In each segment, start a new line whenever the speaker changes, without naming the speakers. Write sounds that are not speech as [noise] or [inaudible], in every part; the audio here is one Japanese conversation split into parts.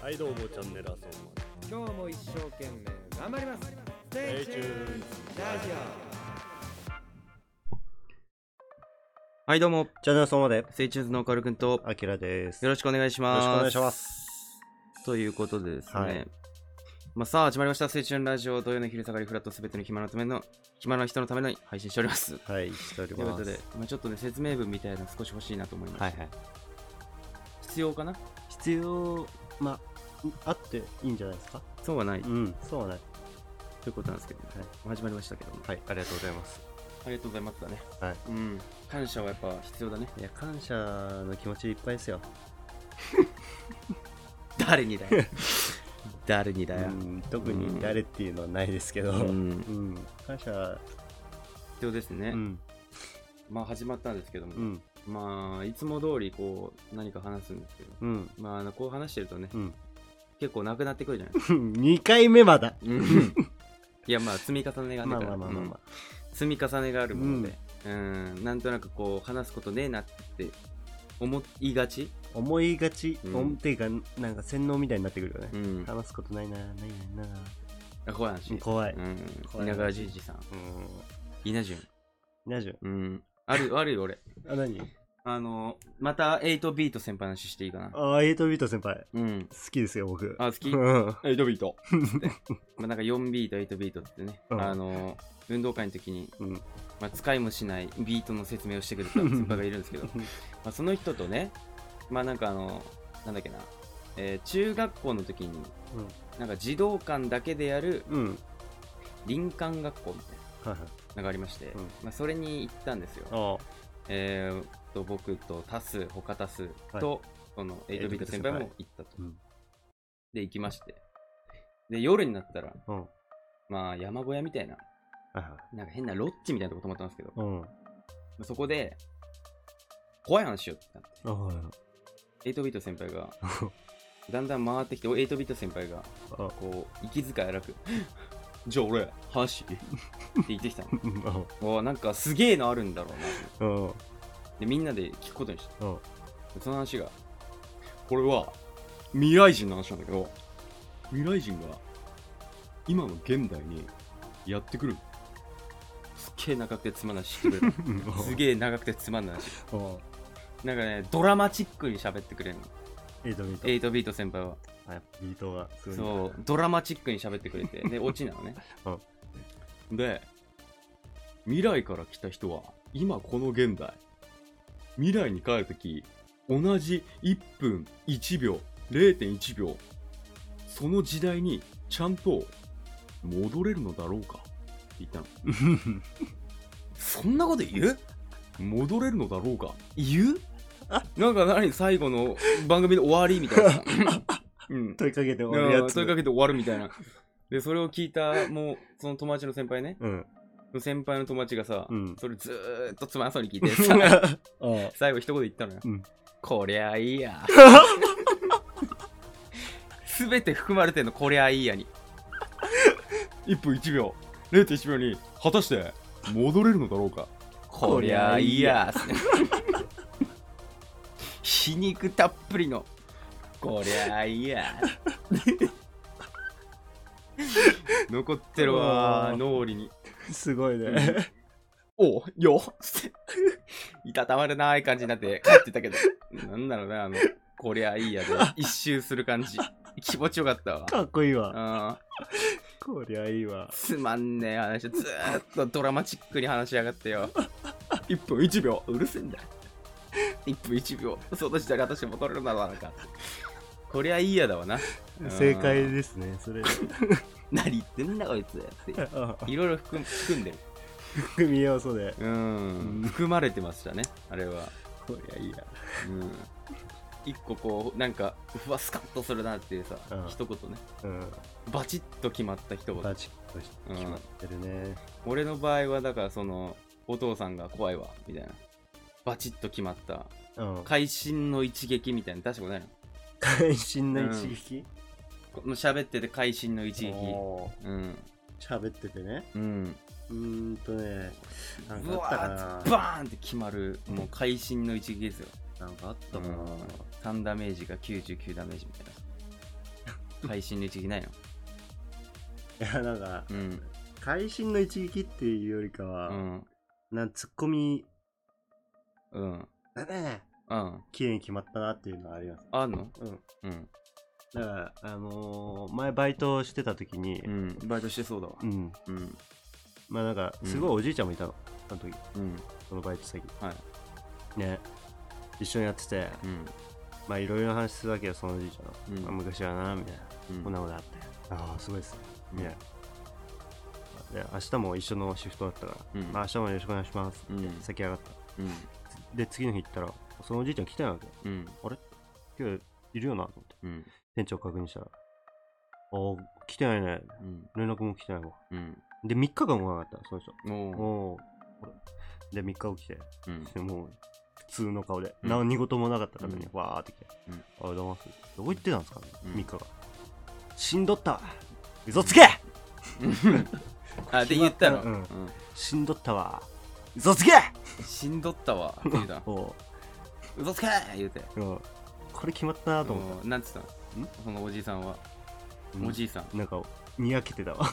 はいどうもチャンネルアソンマン
今日も一生懸命頑張ります Stay tuned ラジ
はい、どうも、
チャンネルそのまで、
スイチューズのおかるくんと、
あきらです。
よろしくお願いします。。
よろしくお願いします
ということでですね、
はい
まあ、さあ、始まりました、スイチューズラジオ、土曜の昼下がり、フラットすべての暇のための、暇の人のための配信しております。
はい、しており
という
ます。
ことで、まあ、ちょっとね、説明文みたいなの少し欲しいなと思います。
はいはい。
必要かな
必要、まあ、あっていいんじゃないですか
そうはない、
う
と
ん、そうはない。
いうことなんですけど、
はい
始まりましたけども、
はい、ありがとうございます。
ありがとうございますだね。
はい。
うん。感謝はやっぱ必要だね。
いや、感謝の気持ちいっぱいですよ。
誰にだよ。誰に
う
だよ。
ん、特に誰っていうのはないですけど、う、
うんん。
感謝、
必要ですね。
うん、
まあ、始まったんですけども、
うん、
まあ、いつも通りこう、何か話すんですけど、
うん、
まああの、こう話してるとね、
うん。 [laughs]
結構なくなってくるじゃない
2回目まだ。
いや、まあ、積み重ねがね
まあまあまあまあまあ。
うん積み重ねがあるもので、うん、なんとなくこう、話すことねえなって思いがち、
思いがち、
うん
おん、っていうか、なんか洗脳みたいになってくるよね
う。ん、
話すことないな、ないな、な
怖い話。
うん怖い。
うん、
怖い
稲川淳二さん、
うん。
稲潤。
なじゅん。
うん、ある、あるよ、俺。
あ、何
あの、また8ビート先輩の話していいかな。
あ、エイトビート先輩。
うん。
好きですよ、僕。
あ、好き
うん
8ビート。まあ、なんか4ビート、8ビートってね、
うん
あの、運動会の時に、
うん
まあ、使いもしないビートの説明をしてくれた先輩がいるんですけど、まあ、その人とね、まあなんかあの、なんだっけな、えー中学校の時に、なんか児童館だけでやる
うん。うん。
林間学校みたい
はいはい。
なのがありまして、
うん
まあ、それに行ったんですよ。
あ
えーっと、僕とタス、他タス
はい
と、その8ビート先輩も行ったと。
うん
で、行きまして。で、夜になったら、
あ。うん。は
まあ山小屋みたいな、
いはい。
なんか変なロッジみたいなとこ泊まったんですけど、
うん。
まあそこで、怖い話しようってなって。
あはいはい。
8ビート先輩がだんだん回ってきて8ビート先輩が
あ
こう息遣い荒くじゃあ俺話 [laughs] って言ってきたの
うんあ
おーなんかすげえのあるんだろうな
うん。
でみんなで聞くことにし
うん
たその話がこれは未来人の話なんだけど未来人が今の現代にやってくるすっげえ長くてつまんない話してくれる
うん
すげえ長くてつまんない話
うん
なんかねドラマチックに喋ってくれるの
エイトビート。
8ビート先輩は
あやっぱビートがすごいんだ。
そうドラマチックに喋ってくれて [laughs] でオチなのね、で未来から来た人は今この現代未来に帰るとき同じ1分1秒0.1秒その時代にちゃんと戻れるのだろうかって言ったの [laughs] そんなこと言う戻れるのだろうか言うなんか何最後の番組の終わりみたいな、 [laughs] うん、
問いかけて終わる
うん
やつ。
問いかけて終わるみたいな。で、それを聞いた、もう、その友達の先輩ね。
うん。
先輩の友達がさ、
うん
それずーっとつまらそう
[laughs]
に聞いてさ、
あ
最後一言言ったのよ。
うん
こりゃいい [laughs] や。すべて含まれてんの、こりゃいいやに。1分1秒、0.1秒に、果たして戻れるのだろうか。こりゃいいや。皮肉たっぷりの、こりゃいいや。 [laughs] 残ってるわ
うわー
脳裏に
すごいね。
おうよっ [laughs] いたたまるない感じになって帰ってたけどなんだろうねあのこりゃいいやで一周する感じ気持ちよかったわ
かっこいいわ。
あ
こりゃいいわ。
つまんねえ話ずーっとドラマチックに話しやがってよ1分1秒うるせえんだ1分1秒その時代が私も取れるんだろうなかこりゃいいやだわな
正解ですね、それ。
何言ってんだこいつって
あ
いろいろ含む含んでる
組み要素で。
うん含まれてましたねあれは
こりゃいいや。
うん、一個こうなんかうわスカッとするなっていうさ、
うん
一言ね
うん。
バチッと決まった一言、
バチッと決まってるね。
俺の場合はだからそのお父さんが怖いわみたいなバチッと決まった
うん。
会心の一撃みたいな出したことないの [laughs]
会心の一撃
この喋ってて会心の一撃
おー
うん
喋っててね。
うん
うーんとね、なん
う
かあ
わ
ったかな
ー。バーンって決まるもう会心の一撃ですよ
なんかあったかな。
3ダメージが99ダメージみたい
[laughs]
な会心の一撃ないの
いや、なんか、
うん
会心の一撃っていうよりか
う
は、
ん
なんツッコミ、
うん
だね
うん
綺麗に決まったなっていうのはあります。
あんの
うん。
うん
だから、あのー前バイトしてた時に
う、んバイトしてそうだわ
うん。
うん
まあなんか、すごいおじいちゃんもいたの。あの時、
うん
そのバイト先。
はい
ね。一緒にやってて、
うん
まあいろいろな話するわけよ、そのおじいちゃんの。
うん
まあ昔はな、みたいな。
うん
こんなことあって。ああ、すごいですね。
うん
みたいな。で、明日も一緒のシフトだったから、
うん
まあ明日もよろしくお願いします。
うん
先上がった。
うん
で、次の日行ったら、そのおじいちゃん来てないわけ。
うん
あれ今日いるよなと思って。
うん
店長確認したら。あー来てないね。
うん
連絡も来てないわ。
うん
で、3日間来なかった、その人。
おー
おーあれで、3日後来て、
うん
でもう、普通の顔で、
うん
何事もなかったからね、
う
わーって来て。
うん
あれ、どうも。どこ行ってたんですかね、
うん
3日間。死んどったわ。嘘つけ
[laughs] あで言ったら
う
うんん
死んどったわ。嘘つけ
しんどった [laughs] わって言うた
おう
嘘つけ言うて
うんこれ決まったなと思っ
うんなんつったのそのおじいさんは
た。うん
おじいさん
なんか、にやけてたわ。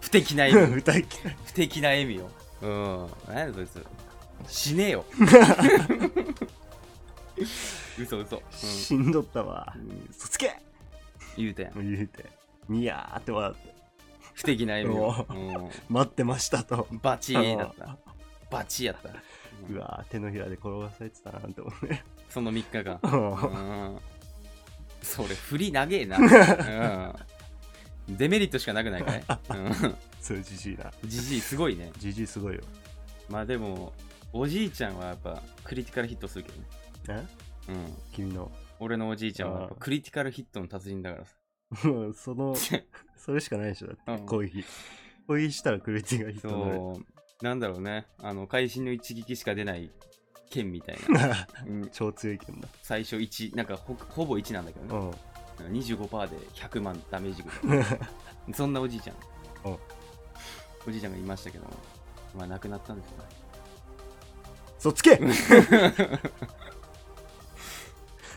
不敵な [laughs] 笑み
[laughs] 歌いき
不敵な笑みようん何やねんそいつ死ね [laughs] よ嘘嘘、うん、
死んどったわ。嘘つけ
言うたやん
言うて、にやーって笑って、
不敵な笑みよ、
待ってましたと
う。ん、バチーだった [laughs] バチやった
うわー、手のひらで転がされてたなって思うね。
その3日間
[laughs] うん
うんそれ振り長
[laughs]
えな、うん、デメリットしかなくないかい
そう、じじいな。
じじいすごいね
じじいすごいよ。
まあでもおじいちゃんはやっぱクリティカルヒットするけどね
え
うん
君の。 [laughs]
俺のおじいちゃんはやっぱクリティカルヒットの達人だからさ
うんその、それしかないでしょ、だって、
うん
攻撃。攻撃したらクルーティが必要になる。
そう、なんだろうね。あの、会心の一撃しか出ない剣みたいな。
[laughs]
うん、
超強い剣だ。
最初1、なんかほほぼ1なんだけど
う
ね。
ん。
25%で100万ダメージぐ
[laughs]
らい。そんなおじいちゃん
うん。
おじいちゃんがいましたけども、まあ亡くなったんですよね。
そっつけち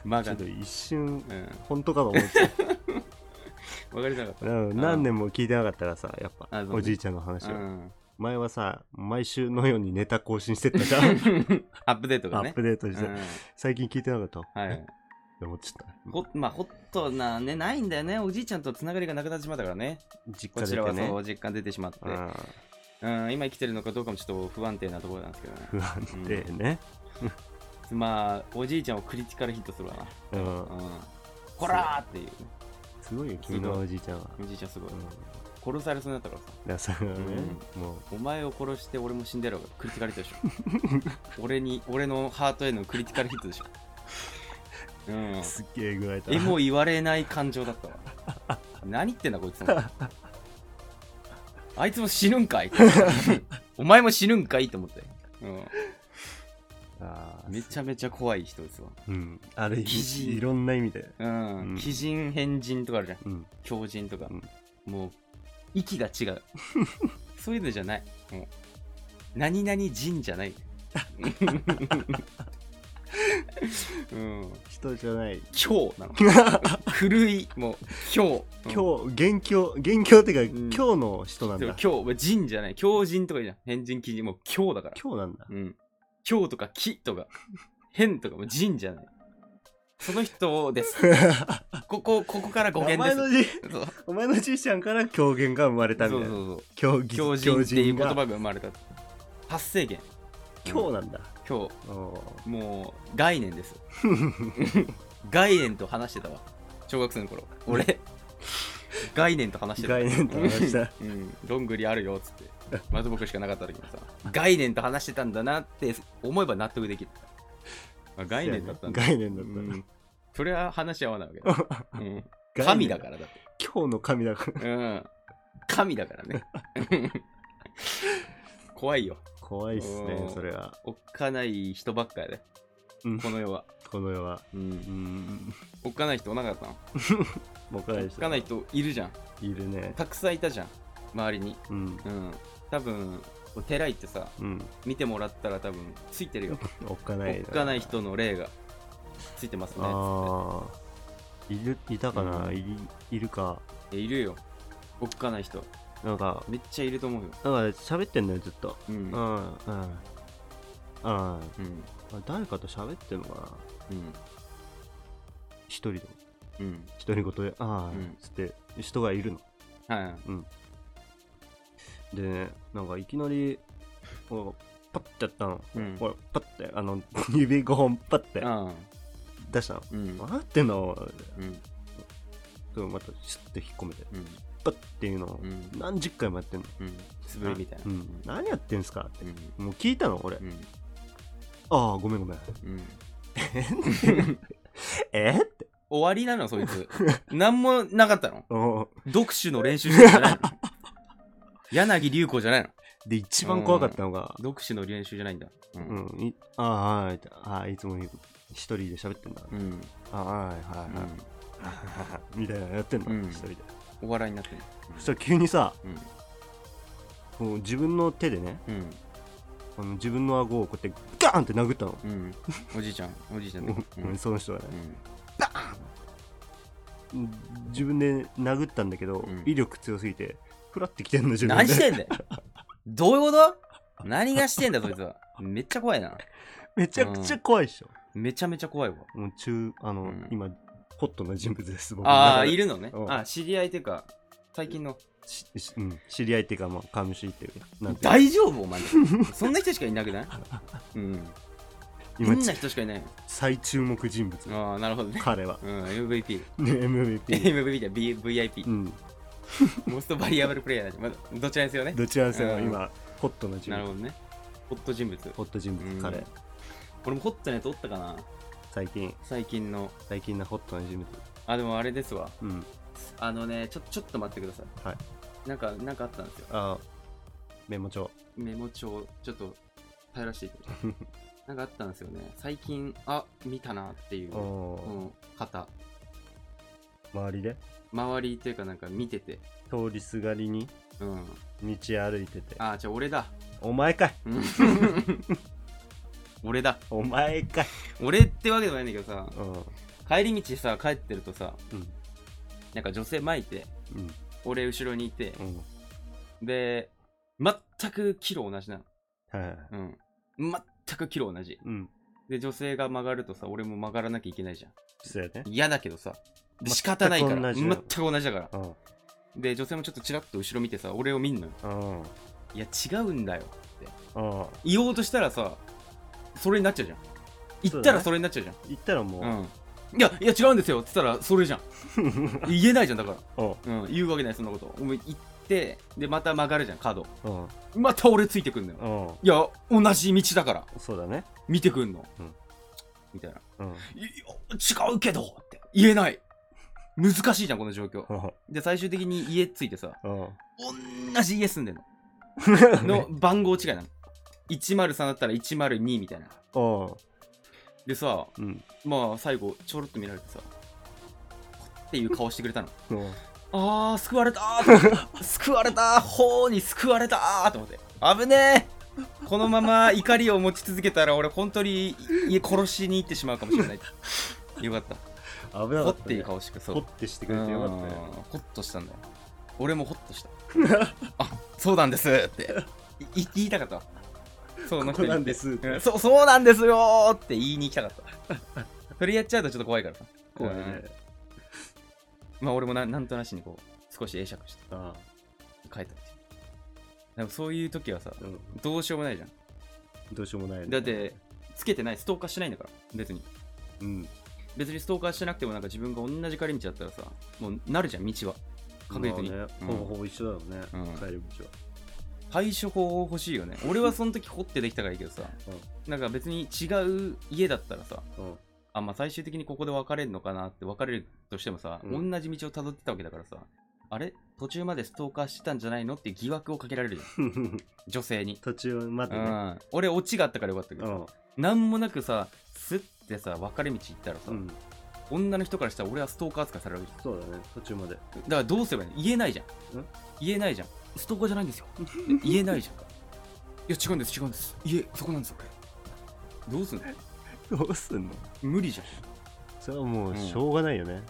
ま
ょ
が
っと
ね。
一瞬、
うん、
本当かと思って。
わかりなかった
うん何年も聞いてなかったらさ、やっぱ
あそう、ね
おじいちゃんの話
た。う
を。
ん、 [laughs]
前はさ、毎週のようにネタ更新してったじゃ
[laughs]
ん。
アップデート
ア
が
ッ
ね
プ。デートして
う。ん
最近聞いてなかった。
はい、
でもちょっと
ほまあホットなねないんだよねおじいちゃんとつながりがなくなってしまったからね
実
こ
家
ち
出
ら
て
は
ね
そう実感出てしまって
うん
うん、今生きてるのかどうかもちょっと不安定なところなんですけどね。
不安定ね、
まあ、おじいちゃんをクリティカルヒットするわな。
うん
うん。こらーっていう。
すごいよ君のおじいちゃんは、
おじいちゃんすごい。
うん、だか
殺されそうになったからさ。
らそれはね、もう
お前を殺して俺も死んでやろうがクリティカルヒットでしょ。俺に、俺のハートへのクリティカルヒットでしょ。うん。
すっげえ具合だ
え、もう言われない感情だったわ。何言ってんだこいつも。あいつも死ぬんかいお前も死ぬんかいと思って。うん。
あー
めちゃめちゃ怖い人ですわ。
うんあれい
疑似
いろんな意味で
うん、
うん
鬼人変人とかあるじゃん
うん
狂人とか、
うん
もう息が違
[laughs]
うそういうのじゃないもう何々人じゃない
[laughs]
うん
人じゃない
狂
[laughs]
なの狂いもう狂日
今日元凶元凶ってか、
ん
今日の人なん
で
だ
も狂人じゃない狂人とかいいじゃん変人鬼人もう狂だから
今日なんだ
うん狂とか鬼とか変とかもう人じゃないその
[laughs]
人ですここここから語
お前
源
のじ
ですそう
お前のじいちゃんから狂言が生まれたみ
そ
たいうな
そうそう
狂気
狂人っていう言
狂
葉が
[laughs]
生まれた発生源
人が今日なんだ、
今
お
日もう概
[laughs]
念です概念と話してたわ小学生の頃俺概念と話して
ー
た
概念と話した
[laughs] うん、どんぐりあるよっつって松ぼっくりしかなかった時もさ概念と話してたんだなって思えば納得できるあ概念だったんだ、
概念だ
う
った、
ん、それは話し合わないわ
[laughs]
けだ、うん、神だからだって
今日の神だ
[laughs]
から
うん神だから
[laughs]
ね怖いよ
怖いっす
う
ね
ん
それは、
おっかない人ばっかやで
うん、
この世は、
この世はうん
おっかない人おなかったの
僕ら
おっ
でし
かない人いるじゃん
いるね
たくさんいたじゃん周りに
うん
うん多分寺行ってさ
うん
見てもらったら多分ついてるよ
おっか
お
ない
っかない人の霊がついてますねっつっ
ああいるいたかな、
うん
いいるか
いやいるよおっかない人
なんか
めっちゃいると思うよ
なんか喋ってんのよずっと
うん
う
う
ん
ん
うんうん
うん
誰かと喋ってんのかな一人で
うん
独り言で「ああ」
うん
つって人がいるの
はい
でねなんかいきなりこうパッてやったの、
うん
これパッてあの [laughs] 指5本パッて
あ
出したの
うんうん
何やってんの
うん
とまたシュッて引っ込めて
うん
パッていうのを
うん
何十回もやってんの、
うん素振りみたいな
う
うん
ん、何やってんすかって
うん
もう聞いたの俺、
うん
ああごめんごめん
うん
えっって
終わりなのそいつ何もなかったの
うん
読書の練習してるんじゃないの柳流子じゃないの
で一番怖かったのが、
読書の練習じゃないんだ
う
う
んんいああはいってああいつも一人で喋ってんだ、
うん
ああはいは
う
いはい、
ん
[laughs] みたいなのやってんの、
うん
一人で
お笑いになってる
そしたら急にさ
うん
こう自分の手でね
うん
あの自分の顎をこうやってガーンって殴ったの、
うんおじいちゃんおじいちゃんだう
うん
うん
ん、その人はね、
う
自分で殴ったんだけど、
うん
威力強すぎてフラってきてんの自
ん
分で
何してんだよどういうこと何がしてんだそいつはめっちゃ怖いな
[laughs] めちゃくちゃ怖いっしょ、
めちゃめちゃ怖いわ
もう中あの、
うん
今ホットな人物です僕の中で
ああいるのね
うん
あ知り合いっていうか最近の
ししうん、知り合いっていうかまあ神主っていうなんて
大丈夫お前そんな人しかいなくないうん
今
変な人しかいないよ
最注目人物
ああなるほどね
彼は、
うん、MVP。
ね、MVP
MVP じゃ B- VIP
う。ん
モストバリアブルプレイヤーだし、まだどちらですよね。
どちらにせよ
うん
今、ホットな人
なるほ
物
どね。ホット人物。
ホット人物、
うん
彼
俺もホットなやつおったかな
最近
最近の。
最近のホットな人物
あ、でもあれですわ。
うん
あのね、ちょちょっと待ってください。。
はい
なんか、なんかあったんですよ。
あメモ帳
メモ帳、ちょっと、頼らせていた
[laughs]
だいて。なんかあったんですよね。最近、あ、見たなっていう、う
おー
ん、方。
周りで
周りというか、なんか見てて。
通りすがりに
うん。
道歩いてて
あ、じゃあ俺だ。
お前かい
うん
[laughs]
俺だ。
お前かい、
俺ってわけでもないんだけどさ。
うんうん
帰り道さ帰ってるとさなんか女性巻いて
うん
俺後ろにいて
うん
で全くキロ同じなの
はいはい
うん全くキロ同じ
うん
で女性が曲がるとさ俺も曲がらなきゃいけないじゃ
そうやね
ん嫌だけどさ仕方ないか
全く同
ら
じな
全
の
く同じだから
うん
で女性もちょっとチラッと後ろ見てさ俺を見んのよ
うん
いや違うんだよ
うん
言おうとしたらさそれになっちゃうじゃん言
そう
っ
だ
た
ね
らそれになっちゃうじゃん
言ったらもう、
うんいやいや違うんですよって言ったらそれじゃん [laughs] 言えないじゃんだから
うん
うん、言うわけない、そんなこと。お前行って、で、また曲がるじゃん、角。
うん
また俺ついてくんのよ。
うん
いや、同じ道だから、
そうだね
見てくんの。
うん
みたいな。
うん
いや、違うけどって言えない。難しいじゃん、この状況。
うん
で、最終的に家ついてさ、
うん
同じ家住んで
[laughs]
んの。の番号違いなの。103だったら102みたいな。
うん
でさ、
うん
まあ、最後、ちょろっと見られてさ、っていう顔してくれたの。
うん
あー救われた
[laughs]
ー救われたー法に救われたーと思って危ねえこのまま怒りを持ち続けたら俺本当にいい殺しに行ってしまうかも
[laughs]
しれないよかった
危なか
ほっ
った、
てい
ね
う、顔してくれそう
掘ってしてくれてよかった
うん
ね
ほっとしたんだよ俺もほっとしたあそうなんですっていい言いたかったわそう
ここなんですって
うんそうそうなんですよーって言いに行きたか
[laughs]
ったそれやっちゃうとちょっと怖いからさ
怖いね
うんまあ俺もななんとなしにこう少し会釈して
あ
帰ったっていうでもそういう時はさ
あ、うん、
どうしようもないじゃん
どうしようもない、ね、
だってつけてないストーカーしてないんだから別に
うん
別にストーカーしてなくてもなんか自分が同じ帰り道だったらさもうなるじゃん道は確実に、
まあね
うん
ほぼほぼ一緒だろうね、
うん
帰り道は
対処法欲しいよね俺はその時掘ってできたからいいけどさ、なんか別に違う家だったらさ
うん
あまあ最終的にここで別れるのかなって別れるとしてもさ、
うん
同じ道をたどってたわけだからさあれ途中までストーカーしてたんじゃないのって疑惑をかけられるじゃん女性に、
途中まで
う
ね
ん、俺オチがあったからよかったけ
う
どさ
ん
なんもなくさ、すってさ、別れ道行ったらさ、
うん
女の人からしたら俺はストーカー扱いされるわけ
そうだね途中まで
だからどうすればいいの言えないじゃん
ん。
言えないじゃん。ストーカーじゃないん [laughs] ですよ。言えないじゃん。いや、違うんです、違うんです。家、そこなんですよ、俺どうすんの
どうすんの
無理じゃん。
それはも
う
うんしょうがないよね、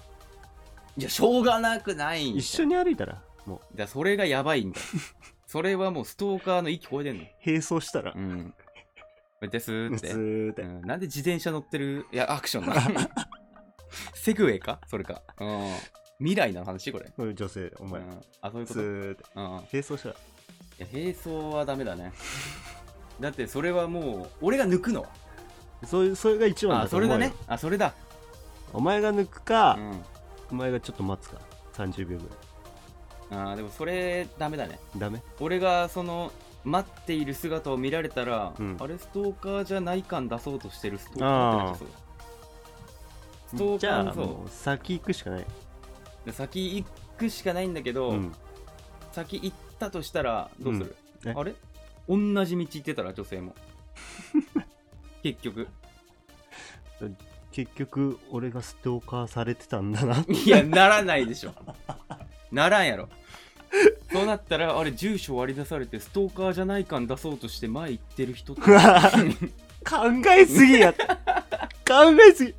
いやしょうがなくないん
一緒に歩いたらもう
だそれがやばい [laughs] んだよそれはもうストーカーの域超えてんの
並走したら
うんですーっ
ず
て、
ーっ
う
て
ん、なんで自転車乗ってるいやアクションな [laughs] セグウェイかそれか、うん、未来の話これ
こういう女性お前
うん、あそういう
ず
こと、うん、
ーっ
い
て
や
並走したら
並走はダメだね [laughs] だってそれはもう俺が抜くの
そういうそれが一番
あ
だと
そ
思
れ
うよ
だねあそれだ、
お前が抜く
う
か
ん、
お前がちょっと待つか30秒ぐらい
あーでもそれダメだね
ダメ
俺がその待っている姿を見られたら、
うん
あれストーカーじゃない感出そうとしてるストーカーってなっちゃいそうだストー
じ
カー
ゃ
の
あ
そう
もう先行くしかない
で先行くしかないんだけど、
うん
先行ったとしたらどうする、
うんえ
あれ同じ道行ってたら女
[laughs]
性も結局
結局俺がストーカーされてたんだ
[laughs]
な
いやならないでしょならんやろそうなったらあれ住所割り出されてストーカーじゃない感出そうとして前行ってる人って
考えすぎや考えすぎ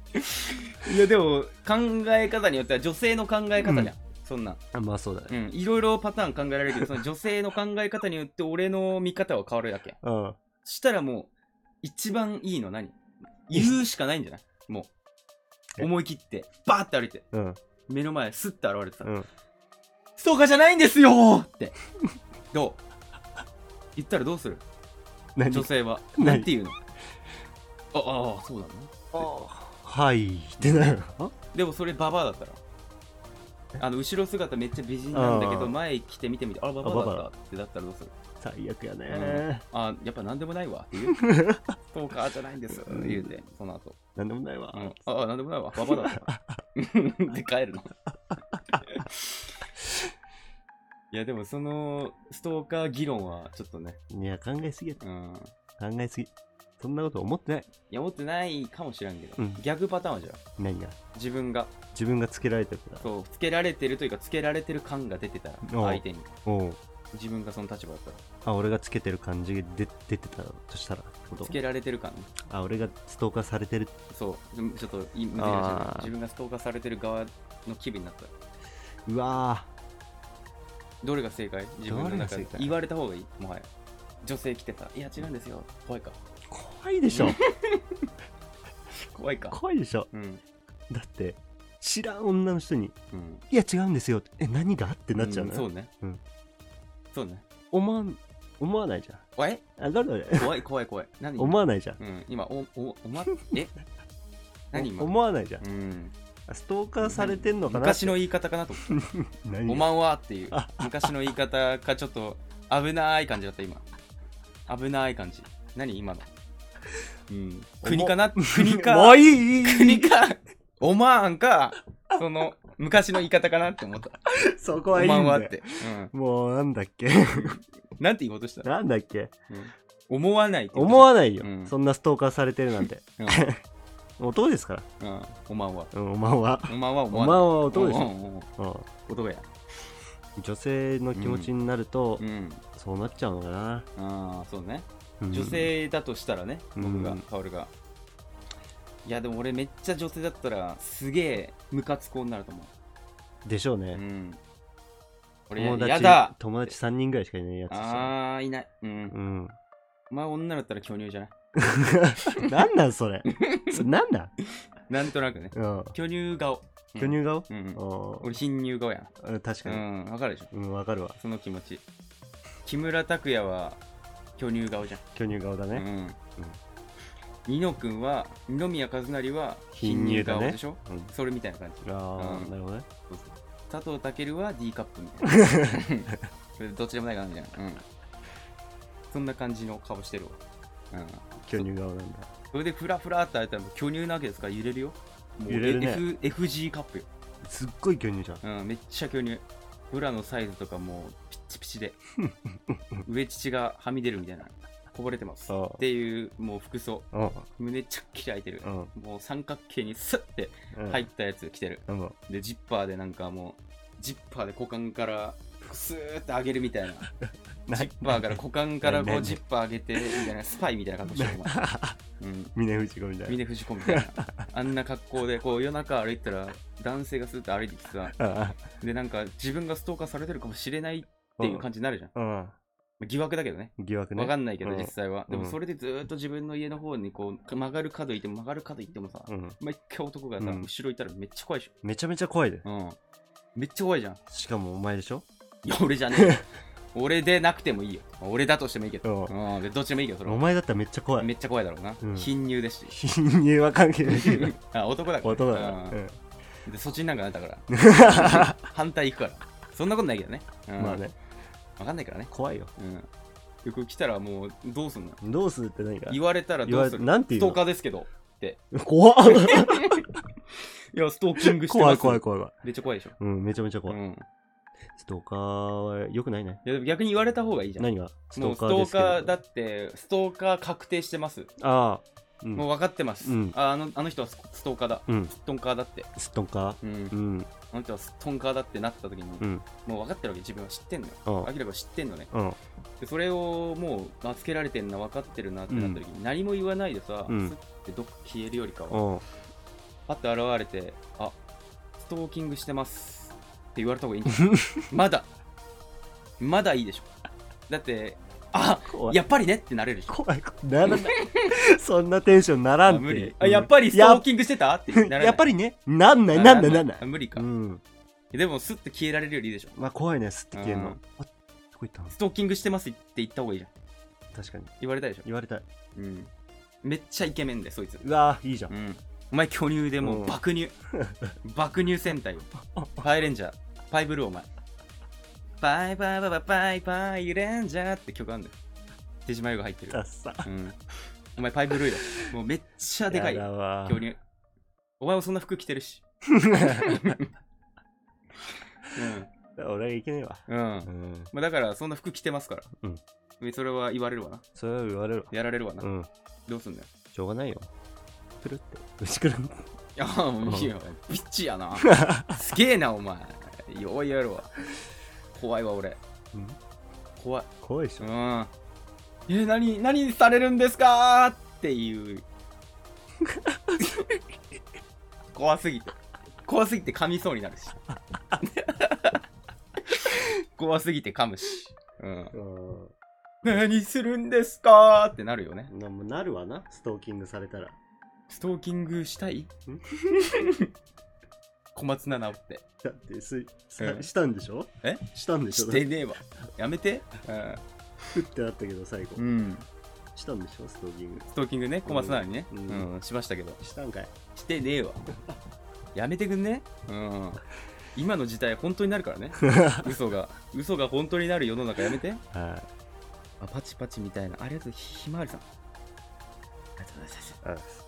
いやでも考え方によっては女性の考え方じゃん、そんな
あまあそうだね
うんいろいろパターン考えられるけどその女性の考え方によって俺の見方は変わるだけ
うん
したらもう一番いいの何言うしかないんじゃないもう
え
思い切ってバーって歩いて
うん
目の前スッて現れてた、
うん
ストーカーじゃないんですよーってどう言ったらどうする
何
女性は
何
なんて言うのあああそうだね
はいってなるの
でもそれババアだったらあの後ろ姿めっちゃ美人なんだけど
あー
前来て見てみてあらババアだったってだったらどうする
最悪やね、
あやっぱ何でもないわって言うス [laughs] トーカーじゃないんです言うてその後
なんでもないわ、
うんああ、なんでもないわ。ババだ [laughs] った。で、帰るの。いや、でもそのストーカー議論はちょっとね、
いや考えすぎや
うん。
考えすぎそんなこと思ってない
いや、思ってないかもしれんけど、
うん
ギャグパターンはじゃあ、
何が
自分が、
自分がつけられたから
そう、つけられてるというか、つけられてる感が出てたら、
おう
相手に、
おう
自分がその立場だったら、
あ俺がつけてる感じで出てたとしたらってこと
つけられてる感ね、
あ俺がストーカーされてる
そう、でもちょっとい、難しい
あー
自分がストーカーされてる側の気分になったら、
うわ
どれが正解自分
ど
の中
れ
で
が正。解
言われた方がいい、もはや。女性来てた。いや、違うんですよ。怖いか。
ー怖いでしょ
怖いか。
怖いでしょ
うん。
だって知らん女の人に
うん。
「いや違うんですよ」ってえ何がってなっちゃうの、
んそうね。
うん
そうね。
思わん思わないじゃん
おえ
あだから
怖い怖い怖い。何
思わないじゃん
うん、今、お、お、おま、え何今
思わないじゃん
うん。
あストーカーされてんのかな
昔の言い方かなと思っ
何
た。
が
おまんはっていう。昔の言い方か、ちょっと危ない感じだった、今。危ない感じ。何今の。うん。国かな
[laughs]
国
も
か
う。いいいいいい
国か。おまんか。その、昔の言い方かなって思った。
そこ
お
はいいん
ま
だ
ん
よ
はって。うん。
もうなんだっ
[laughs]
け
なんて言おうとした
なんだっけ
うん思わないって言おうと
思わないよ、
うん
そんなストーカーされてるなんて
した。うん
男ですから、
うん、おまんは。
うん、おまんは
おまんはお
お
ま
まん
んは。
は男でし
う
ょ、
んうんうん
うん
男や。
女性の気持ちになると、
うん。
そうなっちゃうのかな、
ああ、そうね。
うん
女性だとしたらね、僕
う
が
ん、
薫が。いや、でも俺めっちゃ女性だったら、すげえムカつこうになると思
でしょうね
う。う、ん。俺、
友
や
達
やだ
友達3人ぐらいしかいないやつでしょ
あー、いない。うん。
うん、
お前女だったら巨乳じゃない
なんなんそ
[laughs]
れそれなんだ、
なんとなくね。
うん、
巨乳顔。うん
巨乳顔、
うんうん。
う
俺、貧乳顔や
ん、確か
な。う
に
ん、わかるでしょ。
うんわかるわ
その気持ち。木村拓哉は、巨乳顔じゃん。
巨乳顔だね、
うん、二野くんは二宮和也は貧乳顔でしょ、
貧乳だね
それみたいな感じ
ああ、
うん
なるほどね
佐藤健は D カップみたい
[laughs]
なそれどっちでもない感じじゃん、うん、そんな感じの顔してるわ、うん、
巨乳顔なんだ
それでフラフラってあれたらもう巨乳なわけですから揺れるよもう
揺れるね
F- FG カップよ、
すっごい巨乳じゃん
うん、めっちゃ巨乳裏のサイズとかもうピッチピチ
[laughs]
で上乳がはみ出るみたいなこぼれてます
あ
っ
あ
ていうもう服装
うん
胸ちょっきり開いてる
うん
もう三角形にスッて
うん
入ったやつ着てる、
うん
でジッパーでなんかもうジッパーで股間からスーッて上げるみたいなジッパーから股間からこ
な
う
に
ジッパー上げてみたいなスパイみたいな格好して
[laughs]
るお前うん
峰藤子みたいな
峰不二子みたいなあんな格好でこう夜中歩いてたら男性がスーッと歩いてきてさ
あ
でなんか自分がストーカーされてるかもしれないっていう感じになるじゃん、
うん。
まあ疑惑だけどね
疑惑ね。
わかんないけど、
うん
実際は。でも
うん
それでずーっと自分の家の方にこう曲がる角行っても曲がる角行ってもさ、
うん。
毎回男がさ、
うん
後ろいたらめっちゃ怖いでし
めちゃめちゃ怖いで。
ょ。うん。めっちゃ怖いじゃん。
しかもお前でしょ
いや、俺じゃねえ
[laughs]
よ。俺でなくてもいいよ。俺だとしてもいいけど。
う
うん。でどっちでもいいけど、それ
お
は。
前だったらめっちゃ怖
め
い。
っちゃ怖いだろうな。
うん
貧乳です
[laughs]
し。
貧乳は関係ないけど。
[laughs] あ、男だから。
男だから。
う
うんん
で、そっちになんかなっ
[laughs]
たから。反対行くから。そんなことないけどね。うん
まあね。。
わかんないからね。
怖いよ。
うん。よく来たらもう、どうすんの
どうするって何か。
言われたら
言
ど
わ
う
れ
する
なんて
ス
言
ト
う
ー
の
カーですけど。
怖っ
いや、ストーキングしてま
怖
す。
い怖い怖い怖い。
めっちゃ怖いでしょ。
うん、めちゃめちゃ
う
怖い。
ん。
ストーカーは良くないね。
いや、でも逆に言われた方がいいじゃん。
何がス
も
トーカ
うスト
ーで
ー
す
カ
けど。
ーだって、ストーカー確定してます。
ああ。うん
もう分かってます。
うん
ああのあの人はスストーカーだ。
うん。
ストンカーだって。
ストーカ
うん。
ーうん。
あの人はストンカーだってなった時に、
うん。
もう分かってるわけ、自分は知ってんのよ。
うん
明らか知ってんのね。
うん。
でそれをもう、あつけられてんな、分かってるなってなった時に、何も言わないでさ、
うん
スッてどっか消えるよりかは、
うん。
パッと現れて、あストーキングしてますって言われた方がいいんじゃない [laughs] まだ、まだいいでしょ。だって、あ
怖い。
やっぱりねってなれるでしょ。
怖い。ならない。 [laughs] そんなテンションならん
あ
て
無理。
う
あ
ん
やっぱりスト
や
ーキングしてたってならない
やっぱりね。なんない、
あ
なんない、なんない
あ。無理か
う。ん。
でも、スッと消えられるよりいいでしょ。
まあ怖いね、すって消えん
う
の
ん。
あ、どこ行ったの
ストーキングしてますって言った方がいいじゃん。
確かに。
言われたでしょ。
言われたい。
うん。めっちゃイケメンで、そいつ。
うわーいいじゃ。
うんん。お前、巨乳でも
う
うん爆
[laughs]
乳。爆乳戦隊よ。パイレンジャー。パイブルー、お前。パイパイパイパイパイパイレンジャーって曲あんだよ。手島優が入ってる
ダ。ッサ。
うん。お前、パイブルーよ。もうめっちゃでかい
や
よ。
だわ
巨乳。お前もそんな服着てるし。
[laughs] 俺はいけねえわ。
うん。うん。
うん。
まあ、だから、そんな服着てますから。
うん
え。それは言われるわな。
それは言われるわ。
やられるわな。
うん。
どうすんだよ。
しょうがないよ。くるって。うちくるん。
いや、もういいよ。ビッチやな。すげえな、お前。ようやるわ。怖いわ、俺。
うん
怖い。
怖いでし
う
ょ。
ん。え、何、何されるんですかっていう。 [laughs] 怖すぎて。怖すぎて噛みそうになるし。 [laughs] 怖すぎて噛むし。うん。
う
何するんですかってなるよね。
ん。なもうなるわな、ストーキングされたら。
ストーキングしたい小松菜奈緒って。
だってす、さ
うん
したんでしょ
え
したんでしょ
してねえわ。やめて。
ふってなったけど、最後
う。ん。
したんでしょ、ストーキング。
ストーキングね、小松菜奈にね。
うん
うん、しましたけど。
したんかい。
してねえわ。やめてくんね。うん。今の時代、本当になるからね。嘘が。嘘が本当になる世の中やめて。
はい。
あ、パチパチみたいな。ありがとう、ひひまわりさん。ありがとうございます。
あ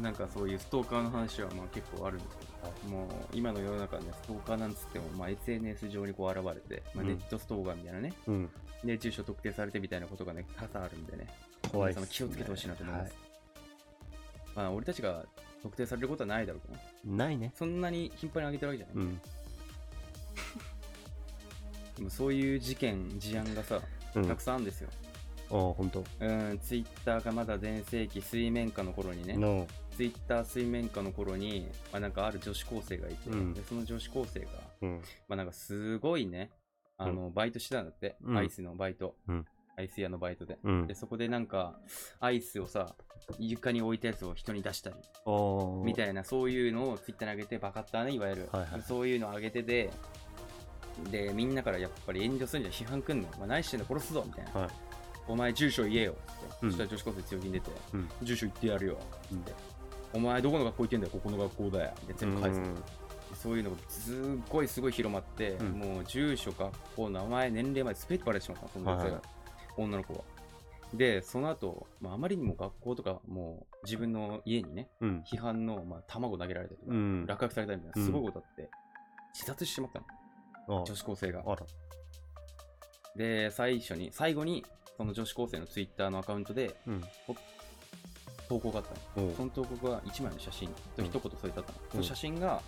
なんかそういうストーカーの話はまあ結構あるんですけど、もう今の世の中ね、ストーカーなんつっても、まあ、SNS 上にこう現れて、まあ、
うん
ネットストーカーみたいなね、
うん。
で住所特定されてみたいなことがね、多々あるんでね、
怖いっす
皆
ね。
様気をつけてほしいなと思います。
は
まあ、俺たちが特定されることはないだろうけどね、
ないね。
そんなに頻繁に上げてるわけじゃない。
うん。
でもそういう事件、事案がさ、
うん。
た
あ
くさんあるんですよ。
あ、ほんと。
うん、ツイッターがまだ全盛期、水面下の頃にね、
の。
ツイッター水面下の頃に、まあ、なんかある女子高生がいて、
うん
でその女子高生が、
うん。
まあ、なんかすごいね、あの、バイトしてたんだって、
うん
アイスのバイト、
うん
アイス屋のバイトで。
うん
で、。そこでなんか、アイスをさ、床に置いたやつを人に出したり、
ああ。
みたいな、そういうのをツイッターに上げて、バカッターね、いわゆる。
はいはい
そういうのを上げてて、で、みんなからやっぱり炎上するんじゃん、批判くんの。お前何してんの殺すぞみたいな。
はい
お前、住所言えよって。
うん
そしたら女子高生強気に出て、
うん
住所言ってやるよって。
うん
お前、どこの学校行ってんだよ、ここの学校だよ。で、全部返す
う
の。
ん
そういうのがすっごいすごい広まって、
うん
もう住所、学校、名前、年齢まで全てバレてしまったの、その女性が、
はい
女の子は。で、その後、まあ、あまりにも学校とか、もう自分の家にね、
うん。
批判の、まあ、卵投げられたりとか、
うん。
落書きされたりみたいな、
うん
すごいことあって、自殺してしまったの、
あ
女子高生が。
あら。
で、最初に、最後に、その女子高生のツイッターのアカウントで
うん。
投稿があったの。
おう
その投稿が1枚の写真と一言添えてあったの。そ
うん
の写真が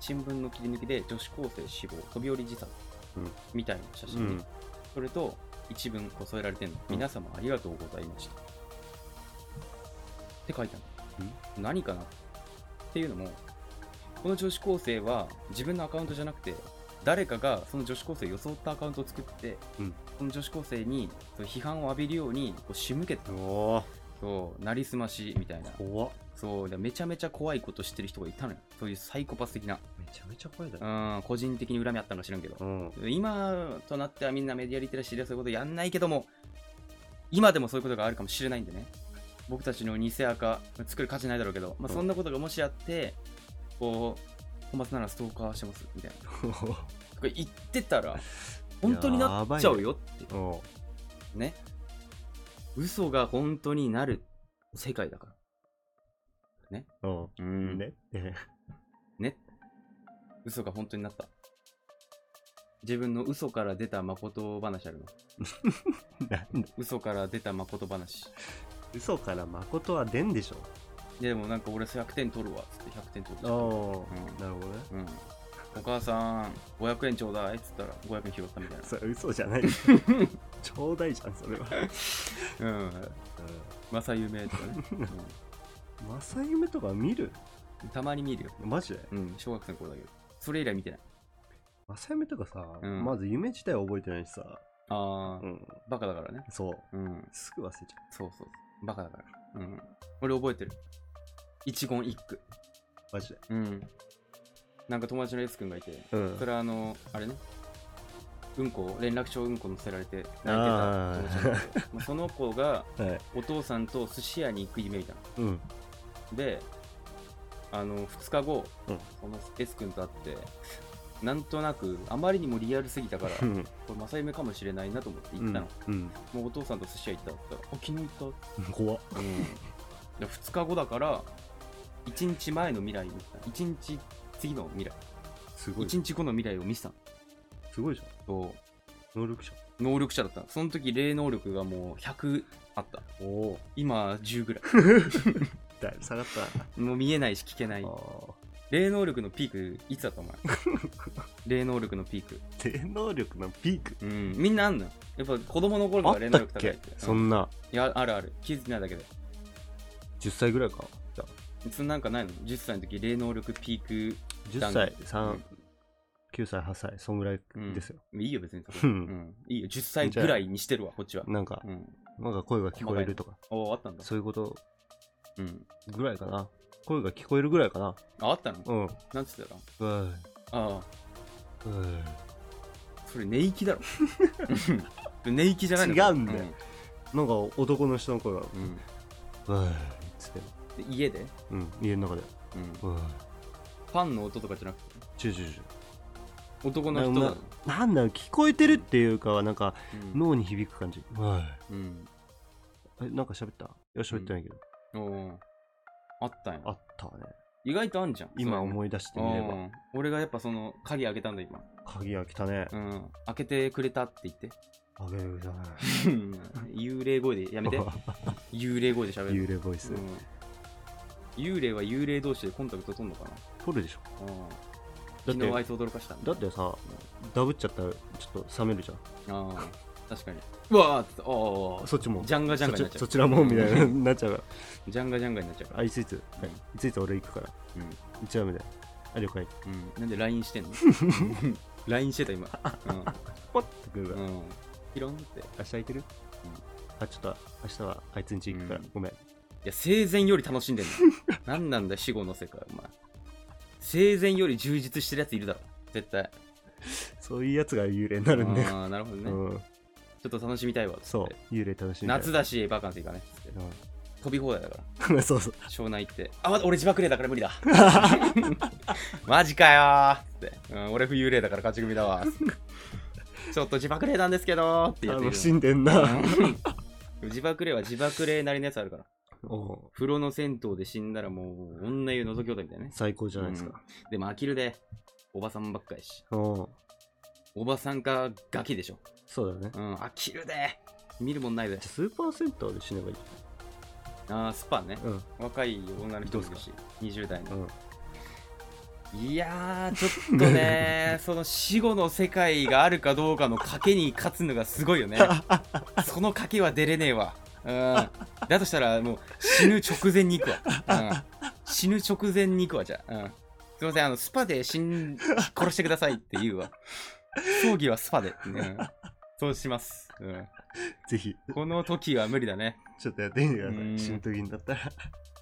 新聞の切り抜きで女子高生死亡、飛び降り自殺
うん
みたいな写
う
真で、
ん。
それと一文こう添えられてるの、
うん
皆様ありがとうございました。って書いてあるの。何かなっていうのも、この女子高生は自分のアカウントじゃなくて誰かがその女子高生を装ったアカウントを作って、
うん
その女子高生にそう批判を浴びるようにこう仕向けた
おお
そうなりすましみたいな
怖っ
そうでめちゃめちゃ怖いことしてる人がいたのよそういうサイコパス的な
めちゃめちゃ怖いだ
う
ろ
ん個人的に恨みあったのか知らんけど
うん
今となってはみんなメディアリテラシーでそういうことやんないけども今でもそういうことがあるかもしれないんでね僕たちの偽赤作る価値ないだろうけど、まあ、
うん
そんなことがもしあってこう小松ならストーカーしてますみたいなとか言ってたら本当になっちゃうよっ
[laughs]
て
おお
ね嘘が本当になる世界だから
お
う
うんね [laughs] え
嘘が本当になった自分の嘘から出た誠話あるの
なんだ
嘘から出た誠話
嘘から誠は出んでしょ
いやでもなんか俺100点取るわっつって100点取ってきた
お
うん
なるほどね
うんお母さん500円ちょうだいっつったら500円拾ったみたい
それ嘘じゃ
[laughs]
ないでしょちょうだいじゃんそれは
なうん正夢とかね、
正夢とか見る
うんたまに見るよ
マジで
うん小学生の頃だけどそれ以来見てない
正夢とかさ、
うん
まず夢自体覚えてないしさ、
ああ、
うん、
バカだからね
そう
うん
すぐ忘れちゃ
そうそうバカだからうん俺覚えてる一言一句
うマジで
うんなんか友達の S 君がいて
うん
それはあのあれねうんこ連絡帳うんこ載せられて泣いてた
あー
友達なんだけどもうその子が
はい
お父さんと寿司屋に行く夢見たの
うん
であの2日後、
うん
その S 君と会ってなんとなくあまりにもリアルすぎた
[laughs]
から
う
こ
ん
れ正夢かもしれないなと思って行ったの、
うん
もうお父さんと寿司屋行ったって言ったら「あ気に入っ」
怖った
で2日後だから1日前の未来に行った1日次の未来
すごい
1日後の未来を見せたの
すごいじゃん
と
能力者
能力者だったのその時霊能力がもう100あった
おお
今10ぐら
だいぶ下がったな [laughs]
いもう見えないし聞けない
あー
霊能力のピークいつだった
[laughs]
お前霊能力のピーク
低能力のピーク
うんみんなあんのよやっぱ子供の頃
あ
から霊
った
能
っ
力高いっ
け
て
そ
うん
んない
やあるある気づいてないだけで
10歳ぐらいかじゃ
そんなんかないの10歳の時霊能力ピー
あ
だ
10
ん
歳
う
39
ん
歳8歳そんぐらいですよ、
クいいよ別にそこ、
う
うんん、いいよ10歳ぐらいにしてるわこっちは、
なんか
うん、
なんか声が聞こえるとか
おあったんだ
そういうこと
うん
ぐらいかな声が聞こえるぐらいかな
ああったの
うん
なんつってたの
うん
あ
うん
あそれ寝息
[laughs]
だろうん寝息じゃないの
違うんだよなんか男の人の声が
うんうん
「うーい」つって
で家で、
うん家の中で
うん
「うーい
パンの音とかじゃなくて」
ちゅうちゅうちゅう
男の人だろ
なんだろう聞こえてるっていうかはなんか
うん
脳に響く感じ「うーい
うん、」
えなんか喋ったいや喋ってないけど、
おーあったんや
あったね
意外とあんじゃん
今
そういうの
思い出してみれ
う
ば
ん俺がやっぱその鍵開けたんだ今、
鍵が来たね
うん、開けてくれたって言って
あげるじゃない
幽霊声でや [laughs] めて幽霊声で喋
[laughs]
る
幽霊ボイス、
うん幽霊は幽霊同士でコンタクト取んのかな、
取るでしょ
うん、
だっ
昨日あ
て
いつ驚かしたん
だってさダブっちゃったらちょっと冷めるじゃん
ああ確かにうわーっつってああ
そっちも
ジャンガジャンガに
そ
な
っ
っち
ち
ゃう
そちらもみたいな [laughs] なっちゃうから
ジャンガジャンガになっちゃうから
あいついつ、はいいついつ俺行くから
うん
1話目であ了解
うん、なんで LINE してん [laughs] の ?LINE してた [laughs] 今、
ポッとくるか
う
ら、
んうん、ピロンってい
明日空いてる、あちょっと明日はあいつん家行くから、
うん
ごめん [laughs]
や生前より楽しんでんの何なんだよ死後の世界お前生前より充実してるやついるだろ絶対
そういうやつが幽霊になるんで、
あーなるほどね、ち
うん、
ょっと楽しみたいわ
そう
つって
幽霊楽しみたい
夏だしバカンス行かねつって飛び放題だから
うん [laughs] そうそう
湘南行ってあま俺自爆霊だから無理
[laughs]
だマジかよーっつって、うん、俺浮遊霊だから勝ち組だわちょっと自爆霊なんですけどーってやついる
楽しんでんな、
うん自爆霊は自爆霊なりのやつあるから
[laughs] おう
風呂の銭湯で死んだらもう女湯覗き男みたいなね
最高じゃないですか、
でも飽きるでおばさんばっかりし
おう
おばさんかガキでしょ
そうだね
うん飽きるで見るもんないで
じゃあスーパーセンターで死ねばいいじ
あースパね
ゃないうん
若い女の人もいるし20代の、いやーちょっとねその死後の世界があるかどうかの賭けに勝つのがすごいよねその賭けは出れねえわうんだとしたらもう死ぬ直前に行くわ、うん、死ぬ直前に行くわじゃあ、うん、すいません、あの、スパで死ん、殺してくださいって言うわ。葬儀はスパで。うん、そうします、うん。
ぜひ、
この時は無理だね。
ちょっとやってみてくだ
う
さ
ん
い。死ぬ時になったら。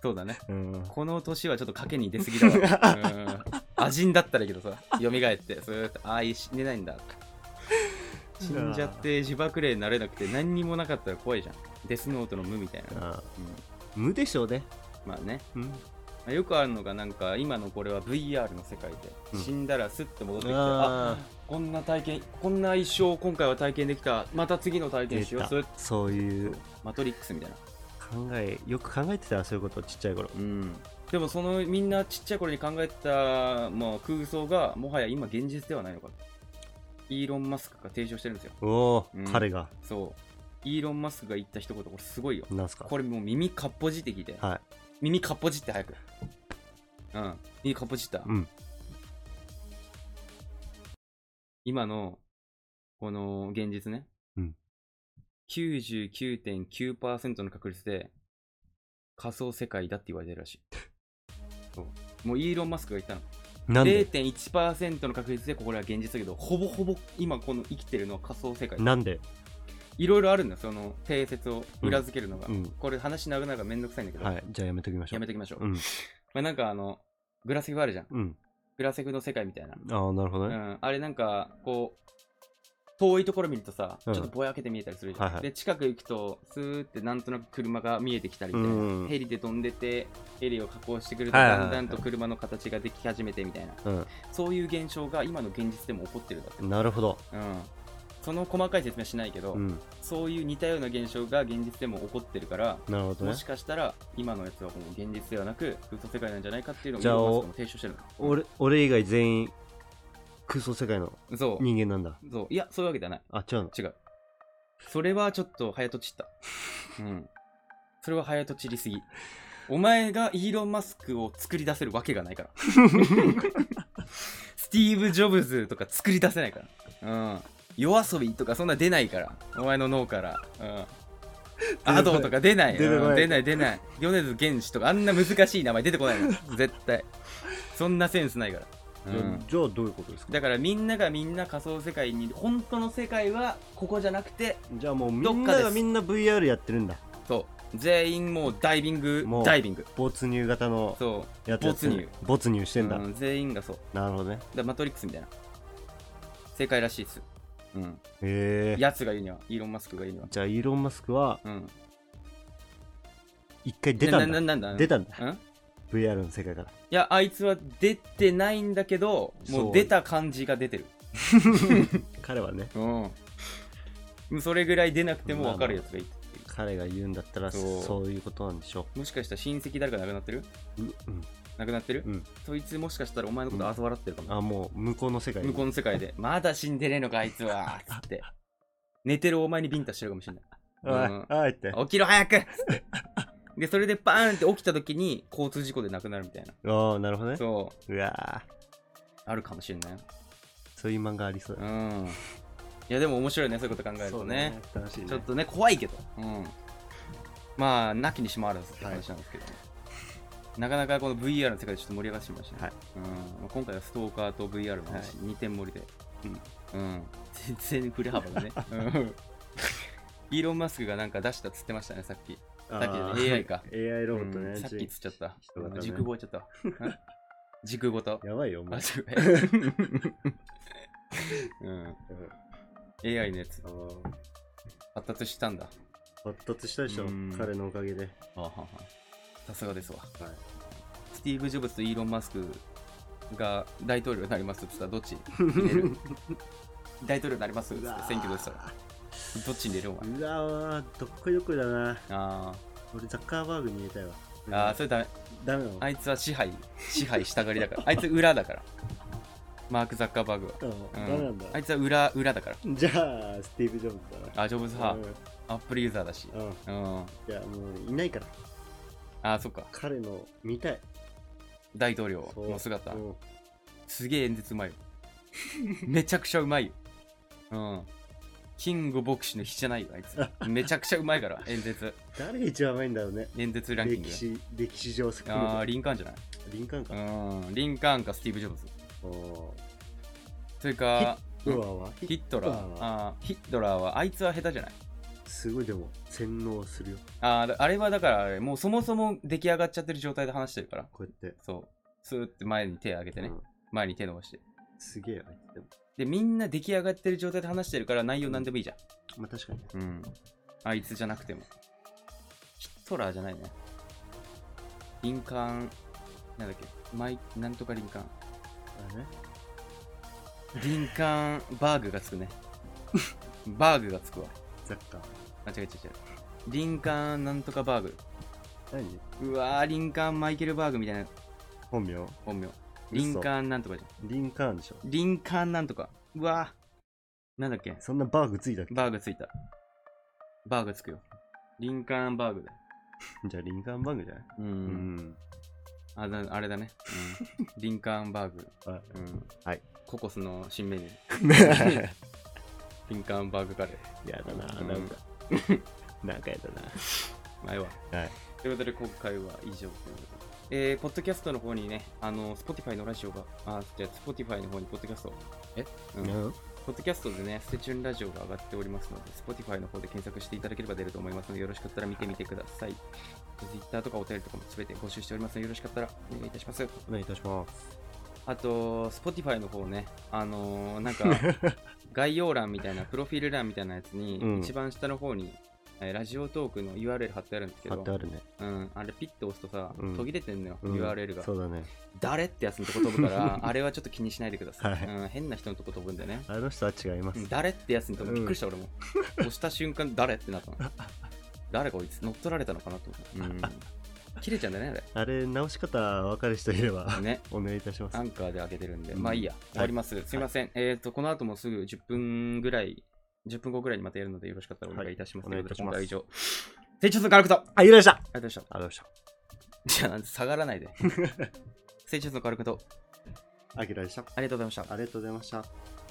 そうだね。
うん。
この年はちょっと賭けに出すぎだわ。うん。アジンだったらいいけどさ、蘇って、そうやってああ、いい死ねないんだ。死んじゃって自爆霊になれなくて何にもなかったら怖いじゃん。デスノートの無みたいな。
あー
うん
無でしょうね。
まあね、
うん。
まあよくあるのがなんか今のこれは VR の世界
う
で
ん
死んだらスッと戻ってきて、あ
あ
こんな体験こんな一生を今回は体験できたまた次の体
ー
験しようそ
出
れ
たそういう
マトリックスみたいな
考え、よく考えてたわ、そういうこと、ちっちゃい頃。
うんでもそのみんなちっちゃい頃に考えてたもう空想がもはや今現実ではないのかイーロン・マスクが提唱してるんですよ
おお、
うん
彼が、
そうイーロン・マスクが言った一言これすごいよ
なんすか。
これもう耳かっぽじって聞いて
はい。
耳かっぽじって早くうん耳かっぽじった、
うん。
今のこの現実ね、
うん
99.9%の確率で仮想世界だって言われてるら
[laughs]
しいそうもうイーロン・マスクが言ったの
なんで
0.1%の確率でこれは現実だけどほぼほぼ今この生きてるのは仮想世界
なんで
いろいろあるんだその定説を裏付けるのが、
うんうん
これ話長々めんどくさいんだけど、
はい。じゃあやめときましょ
や
う。
めときましょう、
うん。
まあ、なんかあのグラセフあるじゃん
うん。
グラセフの世界みたいな
ああ、なるほど
う
ね。
ん、あれなんかこう遠いところ見るとさ、
うん
ちょっとぼやけて見えたりするじゃん、
はいはい
で近く行くとスーってなんとなく車が見えてきたりみたいな、
うん
ヘリで飛んでてヘリを加工してくると
はいはいはい
だんだんと車の形ができ始めてみたいな、
うん。
そういう現象が今の現実でも起こってるんだって、
なるほど。
うん、その細かい説明はしないけど、
うん。
そういう似たような現象が現実でも起こってるから
なるほど
も
ね
し。かしたら今のやつはもう現実ではなく空想世界なんじゃないかっていうのをイ
じゃあ
ーロンマスクも提唱してる
俺、俺以外全員、空想世界の
のそう
人間なんだ。
そういやそういうわけではない
あ、違うの。
違う。それはちょっと早とちった。うん。それは早とちりすぎ。お前がイーロン・マスクを作り出せるわけがな
[laughs]
いから。スティーブ・ジョブズとか作り出せないから。うん。夜遊びとかそんな出ないから。お前の脳から。うん。アドとか出ない。
出てこない
うん出ない、出ない。米津玄師とかあんな難しい名前出てこないの。絶対。そんなセンスないから。う
じゃあ
ん
じゃあどういうことですか
だからみんながみんな仮想世界に本当の世界はここじゃなくて
じゃあもうみ
どっ
ん
か
な
です
がみんな VR やってるんだ。
そう全員もうダイビング
もう
ダイビング
没入型の
そ
やつやってる
没入。
没入し
う、
てんだ。
うん全員がそうだか
なるほどね。
らマトリックスみたいな正解らしいっすうん
へえ。
やつが言うにはイーロン・マスクが言うには
じゃあイーロン・マスクは
うん
一回出たんだ。
なななんだ
出たんだ。
うんい
VR の世界から。
やあいつは出てないんだけども
そうう
出た感じが出てる
彼はね、
うんそれぐらい出なくても分かるやつがいいっていう
彼が言うんだったら
そう
そういうことなんでしょ
もしかしたら親戚誰か亡くなってる
う。ううん。
亡くなってる、
うん
そいつもしかしたらお前のことあざ笑ってるかも、
あ、もう向こうの世界に
向こうの世界で「まだ死んでねえのかあいつは」つって寝てるお前にビンタしてるかもしれないうん
おい、おいって。
[laughs] 起きろ早くっつってでそれでバーンって起きた時に交通事故で亡くなるみたいな
ああ、なるほどね。
そう
うわー
あるかもしれない
そういう漫画ありそう
う
だ。
んいやでも面白いねそういうこと考えるとね。
楽しいね。
ちょっとね怖いけどうんまあなきにしもあらずって話なんですけど、なかなかこの VR の世界でちょっと盛り上がってしまいましたね、
はい
うんまあ今回はストーカーと VR の話、2点盛りで、うん全然振れ
[laughs]
幅がね、うんイーロン・マスクがなんか出したっつってましたねさっき
あ
さっきの
ー
AI か。
AI ロボット
うん
ね。
さっきつっちゃった。
人型ね
軸語言っちゃったわ。
[laughs]
軸語と。
やばいよ、お前 [laughs]
あ、。すごい。うん。
うん
AI のやつ
あ、の
発達したんだ。
発達したでしょ
うん、
彼のおかげで。
さすがですわ。
はい
スティーブ・ジョブズとイーロン・マスクが大統領になりますって言ったらどっち入れ
[laughs]
る大統領になりますって言って選挙でしたら。どっちに入れるお前。
うわー、どっこよくだな。
あ
俺、ザッカーバーグに入れたいわ。
ーあー、それダメ。
ダメなの
あいつは支配、支配したがりだ
[laughs]
から。あいつ裏だから。マーク・ザッカーバーグは。
うん
う
ダ
ん
メなんだ
あ。いつは裏裏だから。
じゃあ、スティーブ・ジョブズだな。
あ、ジョブズ派、
う
アップルユーザーだし。
んうん。
うん。
いや、もういないから。
あ、そっか。
彼の見たい。
大統領
そう
の姿
う。ん
すげえ演説うまいよ。めちゃくちゃうまいよ。うん。キング牧師の日じゃないよ、あいつ。めちゃくちゃうまいから、演説。
誰が一番うまいんだろうね。
演説ランキン
歴
グ。
史、歴史上世界
あー、リンカーンじゃない
林間か。
うんリンカーンかスティーブ・ジョブズ
おー
それか
ヒットラーは
ヒットラー
は
あーヒットラーはあいつは下手じゃない
すごいでも洗脳するよ。
あーあれはだからあれもうそもそも出来上がっちゃってる状態で話してるから
こうやって。
そうスーって前に手上げてね、
うん
前に手伸ばして
すげえあいつでも。
でみんな出来上がってる状態で話してるから内容なんでもいいじゃん
まあ確かにね。
うん。あいつじゃなくても。ヒットラーじゃないね。林間、なんだっけ、マイ、なんとか林間。
あれね
林間、バーグがつく [laughs] ね。バーグがつくわ。
ザッカー。
あ、違う違う違う。林間、なんとかバーグ。
何
うわー、林間、マイケルバーグみたいな
本名
本名。
嘘
林間、なんとかじゃ
リンカーンでしょ。
ん。林間、なんとか。うわー。なんだっけ、
そんなバーグついたっけ [laughs]
バーグついた。バーグつくよ。林間バーグだ。
じゃあリンカーンバーグじゃない
うん
う。ん。
あだあれだね、 [laughs] うん、リンカーンバーグ、
はい
うん
はい
ココスの新メニュー [laughs]
や
リンカーンバーグカレー
だな、
うん
なんか。 [laughs] なんかやだな。
前は、
はい
ということで今回は以上ということでえー、ポッドキャストの方にね、あの、Spotify のラジオが、あ、じゃあ Spotify の方にポッドキャスト、えうん、
うん
ポッドキャストでね、ステチューンラジオが上がっておりますので、Spotify の方で検索していただければ出ると思いますので、よろしかったら見てみてください。Twitter とかお便りとかも全て募集しておりますので、よろしかったらお願いいたします。
お願いいたします。
あと、Spotify の方ね、あのーなん
[laughs]
か、概要欄みたいな、プロフィール欄みたいなやつに、
うん
一番下の方に、えーラジオトークの URL 貼ってあるんですけ
貼
ど
って、あるね。
うん、あれピッと押すとさ、
うん
途切れてんのよ、
うん
URL が。
そうだね。
誰ってやつのとこ飛
[laughs]
ぶから、あれはちょっと気にしないでください。
はい
うん、変な人のとこ飛ぶんだよね。
あの人は違いま
う
す
ん。誰ってやつのとこ
うん
びっくりした、俺も。押した瞬間、誰ってなったの。誰こいつ、乗っ取られたのかなと思
[laughs]
って。うん、切れちゃうんだね、
あれ、直し方わかる人いれば [laughs]
あれ。、ね。
お願いいたします
ア。ンカーで上げてるんで、
うん
まあいいや、終わります。
い
すいません。えっ、と、この後もすぐ10分ぐらい、10分後ぐらいにまたやるので、よろしかったらお願いいたします。
はいお願いいたします
ということで今回は以上。成長する科学とあ
あ、いらっしゃあ
りがとうございました。
りがとうございました。
じゃあ、なんて下がらないで。成長する科学と
あきらでした。
ありがとうございました。
ありがとうございました。